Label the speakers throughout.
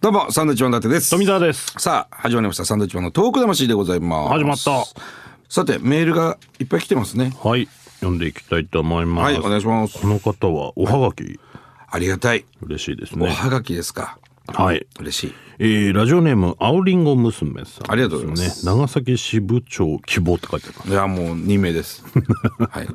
Speaker 1: どうも、サンドイッチマン伊達です。
Speaker 2: 富澤です。
Speaker 1: さあ、始まりました。サンドイッチマンのトーク魂でございます。
Speaker 2: 始まった。
Speaker 1: さて、メールがいっぱい来てますね。
Speaker 2: はい、読んでいきたいと思いま
Speaker 1: は
Speaker 2: す。
Speaker 1: い、お願いします
Speaker 2: こ。の方はおはがき、
Speaker 1: ありがたい。
Speaker 2: 嬉しいです
Speaker 1: お
Speaker 2: ね。
Speaker 1: はがきですか。
Speaker 2: はい。
Speaker 1: 嬉しい。
Speaker 2: えー、ラジオネーム、青りんご娘さん、
Speaker 1: ありがとうございます
Speaker 2: ね。長崎支部長希望って書いてます。
Speaker 1: いや、もう2名 です。はい。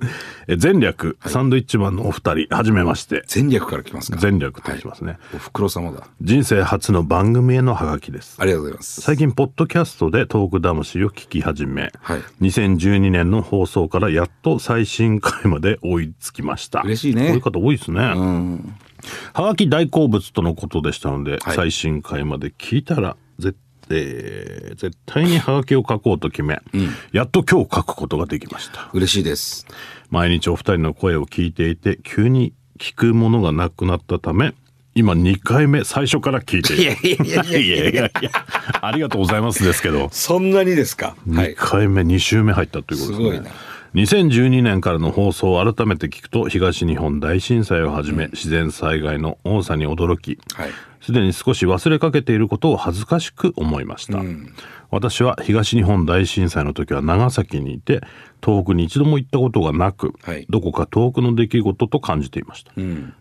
Speaker 2: えー前略、サンドイッチマンのお二人、はじめまして。
Speaker 1: 前略から来ますか。
Speaker 2: 前略としますね、
Speaker 1: お袋様だ。
Speaker 2: 人生初の番組へのハガキです。
Speaker 1: ありがとうございます。
Speaker 2: 最近、ポッドキャストでトーク魂を聞き始め、
Speaker 1: はい
Speaker 2: 2012年の放送からやっと最新回まで追いつきました。
Speaker 1: 嬉しいね
Speaker 2: こういう方多いですね。はがき大好物とのことでしたので、
Speaker 1: はい
Speaker 2: 最新回まで聞いたら絶,、えー絶対にはがきを書こうと決め、やっと今日書くことができました
Speaker 1: 嬉しいです。
Speaker 2: 毎日お二人の声を聞いていて急に聞くものがなくなったため今2回目最初から聞いている
Speaker 1: いやいやいやいや
Speaker 2: いやいやいやありがとうございますですけど
Speaker 1: そんなにですか。は
Speaker 2: 2
Speaker 1: い。
Speaker 2: 回目、2週目入ったということですね。
Speaker 1: すごいな
Speaker 2: 2012年からの放送を改めて聞くと東日本大震災をはじめ、自然災害の多さに驚き、
Speaker 1: はい。
Speaker 2: すでに少し忘れかけていることを恥ずかしく思いました、私は東日本大震災の時は長崎にいて東北に一度も行ったことがなく、
Speaker 1: はい
Speaker 2: どこか遠くの出来事と感じていました、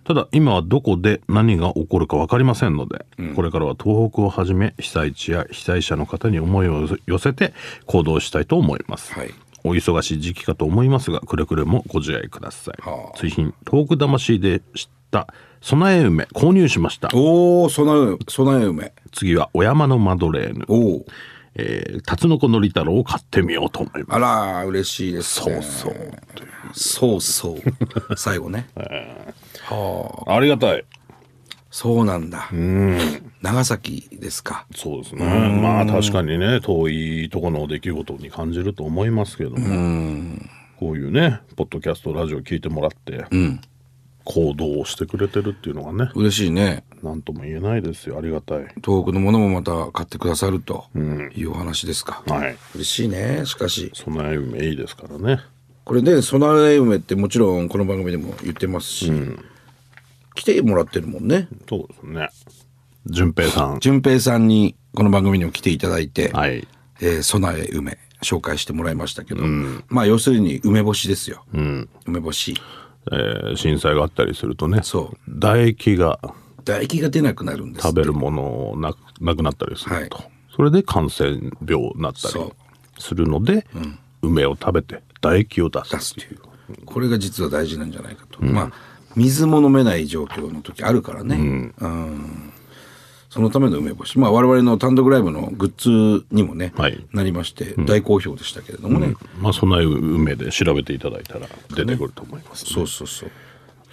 Speaker 2: ただ今はどこで何が起こるか分かりませんので、これからは東北をはじめ被災地や被災者の方に思いを寄せて行動したいと思います、
Speaker 1: はい
Speaker 2: お忙しい時期かと思いますがくれぐれもご自愛ください、
Speaker 1: はあ
Speaker 2: 追品東北魂で知った備え梅購入しました
Speaker 1: おお、備え、備え梅。
Speaker 2: 次はお山のマドレーヌ、
Speaker 1: おお。
Speaker 2: えー、タツノコのり太郎を買ってみようと思います。
Speaker 1: あら、嬉しいです、
Speaker 2: そう
Speaker 1: ね。
Speaker 2: そう。
Speaker 1: そうそう。 最後ね。はあ、
Speaker 2: ありがたい。
Speaker 1: そうなんだ。長崎ですか。
Speaker 2: そうですね。まあ確かにね、遠いとこの出来事に感じると思いますけども、こういうね、ポッドキャスト、ラジオ聞いてもらって、行動をしてくれてるっていうのがね、
Speaker 1: 嬉しいね。
Speaker 2: なんとも言えないですよ。ありがたい。
Speaker 1: 東北のものもまた買ってくださるというお話ですか。
Speaker 2: はい。
Speaker 1: 嬉しいね。しかし、
Speaker 2: 備え梅いいですからね。
Speaker 1: これね、備え梅ってもちろんこの番組でも言ってますし、来てもらってるもんね。
Speaker 2: そうですね。淳平さん。
Speaker 1: 淳平さんにこの番組にも来ていただいて、
Speaker 2: はい。
Speaker 1: えー備え梅紹介してもらいましたけど、まあ要するに梅干しですよ。梅干し。
Speaker 2: えー震災があったりするとね、
Speaker 1: そう。
Speaker 2: 唾液が
Speaker 1: 唾液が出なくなるんです
Speaker 2: 食べるものなくなくなったりすると、
Speaker 1: は
Speaker 2: それで感染病になったり
Speaker 1: そ
Speaker 2: するので、梅を食べて唾液を出
Speaker 1: 出
Speaker 2: す
Speaker 1: すというこれが実は大事なんじゃないかと、まあ水も飲めない状況の時あるからね、うん、そのための梅干しまあ我々の単独ライブのグッズにもね、
Speaker 2: はい
Speaker 1: なりまして大好評でしたけれどもね、
Speaker 2: まあそんな梅で調べていただいたら出てくると思います、
Speaker 1: そうそうそう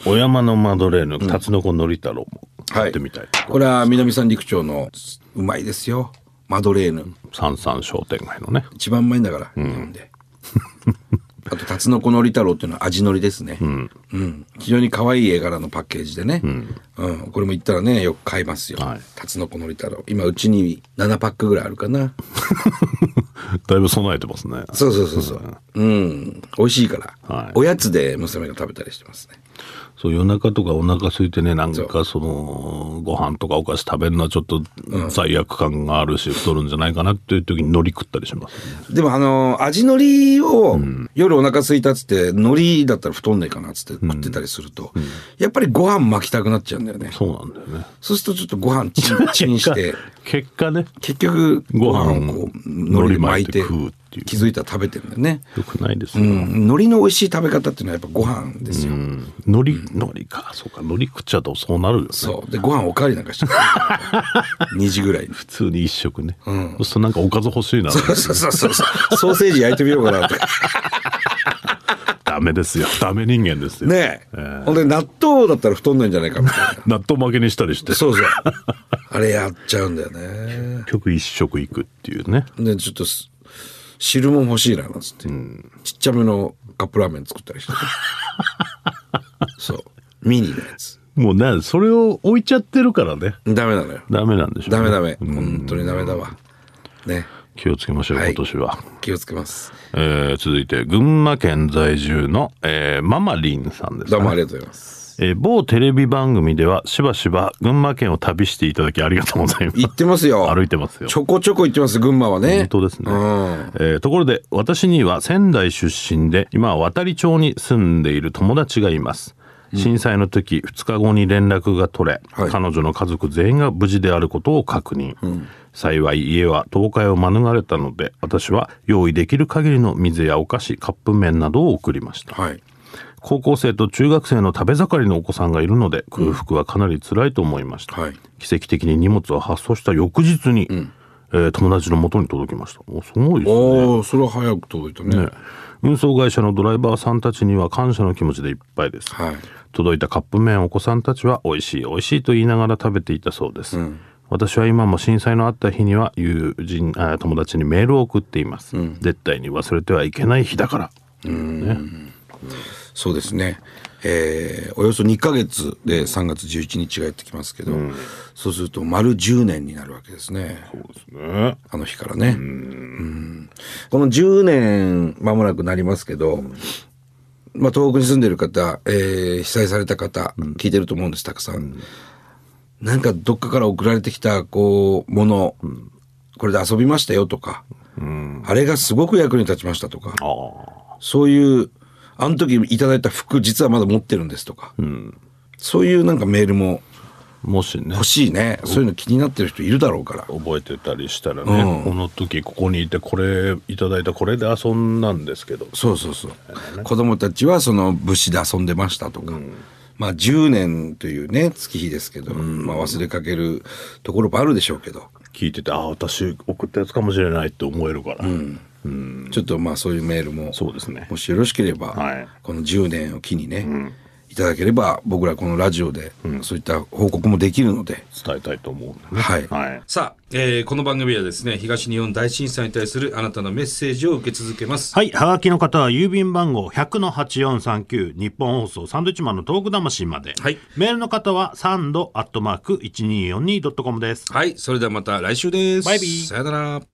Speaker 2: お山のマドレーヌタツノコのり太郎も買ってみたい、
Speaker 1: これは南三陸町のうまいですよマドレーヌ
Speaker 2: 三三商店街のね
Speaker 1: 一番うまいんだから、日本であとタツノコのり太郎っていうのは味のりですね、うん非常に可愛い絵柄のパッケージでね、うんこれも行ったらねよく買いますよ、
Speaker 2: はい
Speaker 1: タツノコのり太郎今うちに7パックぐらいあるかな
Speaker 2: だいぶ備えてますね
Speaker 1: そうそうそうそううん美味しいから、
Speaker 2: はい
Speaker 1: おやつで娘が食べたりしてますね
Speaker 2: そう夜中とかお腹空いてねなんかそのご飯とかお菓子食べるのはちょっと罪悪感があるし太るんじゃないかなっていう時にのり食ったりします、ね
Speaker 1: でもあのー味のりを、夜お腹空いたっつって海苔だったら太んねえかなっつって食ってたりすると、やっぱりご飯巻きたくなっちゃうんだよね
Speaker 2: そうなんだよね
Speaker 1: そうするとちょっとご飯チンチンし て
Speaker 2: 結果ね
Speaker 1: 結局ご
Speaker 2: ご飯
Speaker 1: 飯
Speaker 2: を
Speaker 1: をこう海苔で巻いて
Speaker 2: 海苔巻いて食うっていう
Speaker 1: 気づいたら食べてるんだよね、
Speaker 2: よくないです
Speaker 1: う
Speaker 2: よ、
Speaker 1: ん、海苔の美味しい食べ方っていうのはやっぱご飯ですよ、
Speaker 2: うん海苔、海苔かそうか海苔食っちゃうとそうなるよね
Speaker 1: そうでご飯おかわりなんかしちゃ う2時ぐらいに
Speaker 2: 普通に一食ね、そうするとなんかおかず欲しいな
Speaker 1: そうそうそうそうソーセージ焼いてみようかなとか
Speaker 2: ダメですよダメ人間ですよ、
Speaker 1: ねえ、
Speaker 2: えー
Speaker 1: ほんで納豆だったら太んないんじゃないかみたいな
Speaker 2: 納豆負けにしたりして結
Speaker 1: そうそうあれやっちゃうんだよね
Speaker 2: 局一食いくっていうね
Speaker 1: でちょっとす汁も欲しいななんつって、ちっちゃめのカップラーメン作ったりしてそうミニのやつ
Speaker 2: もうねそれを置いちゃってるからね
Speaker 1: ダメなのよ
Speaker 2: ダメなんでしょう、ね、
Speaker 1: ダメダメ。本当にダメだわ。ね。
Speaker 2: 気をつけましょう
Speaker 1: はい
Speaker 2: 今年は、
Speaker 1: 気をつけます。
Speaker 2: えー続いて群馬県在住の、えーママリンさんです
Speaker 1: ど
Speaker 2: かね
Speaker 1: うもありがとうございます。
Speaker 2: えー某テレビ番組ではしばしば群馬県を旅していただきありがとうございます
Speaker 1: 行ってますよ。
Speaker 2: 歩いてますよ
Speaker 1: ちょこちょこ行ってます、群馬はね。
Speaker 2: 本当ですね、
Speaker 1: うん
Speaker 2: えーところで私には仙台出身で今は渡里町に住んでいる友達がいます震災の時2日後に連絡が取れ、
Speaker 1: はい
Speaker 2: 彼女の家族全員が無事であることを確認、幸い家は倒壊を免れたので私は用意できる限りの水やお菓子カップ麺などを送りました
Speaker 1: はい。
Speaker 2: 高校生と中学生の食べ盛りのお子さんがいるので空腹はかなり辛いと思いました、
Speaker 1: はい
Speaker 2: 奇跡的に荷物を発送した翌日に、えー友達の元に届きましたおすごいですね
Speaker 1: おお、それは早く届いたね。
Speaker 2: 運送会社のドライバーさんたちには感謝の気持ちでいっぱいです、
Speaker 1: はい。
Speaker 2: 届いたカップ麺をお子さんたちは美味しい美味しいと言いながら食べていたそうです、私は今も震災のあった日には友人あ友達にメールを送っています、絶対に忘れてはいけない日だから
Speaker 1: そうですね。えーおよそ2ヶ月で3月11日がやってきますけど、そうすると丸10年になるわけですね。
Speaker 2: ね
Speaker 1: あの日からね。うんこの10年間もなくなりますけど、まあ、東北に住んでる方、えー被災された方、聞いてると思うんです、たくさん。なんかどっかから送られてきた、こう、もの、これで遊びましたよとか、あれがすごく役に立ちましたとか、
Speaker 2: ああ
Speaker 1: そういう、あの時いただいた服、実はまだ持ってるんですとか、そういうなんかメールも
Speaker 2: もしね
Speaker 1: 欲しいね。そういうの気になってる人いるだろうから。
Speaker 2: 覚えてたりしたらね、この時ここにいてこれいただいたこれで遊んだんですけど
Speaker 1: そうそうそう。子供たちはその武士で遊んでましたとか。まあ10年というね、月日ですけど、まあ忘れかけるところもあるでしょうけど、
Speaker 2: 聞いててああ私送ったやつかもしれないって思えるから、
Speaker 1: ちょっとまあそういうメールも、
Speaker 2: そうですね
Speaker 1: もしよろしければ、
Speaker 2: はい
Speaker 1: この10年を機にね、いただければ僕らこのラジオでそういった報告もできるので、
Speaker 2: 伝えたいと思うんでね
Speaker 1: はい
Speaker 2: はい
Speaker 3: さあ、えーこの番組はですね、東日本大震災に対するあなたのメッセージを受け続けます。
Speaker 4: はい。はがきの方は郵便番号100-8439日本放送サンドイッチマンのトーク魂まで。
Speaker 3: はい
Speaker 4: メールの方はサンドアットマーク 1242.com です。
Speaker 3: はい、それではまた来週です。
Speaker 4: バイビー
Speaker 3: さよなら。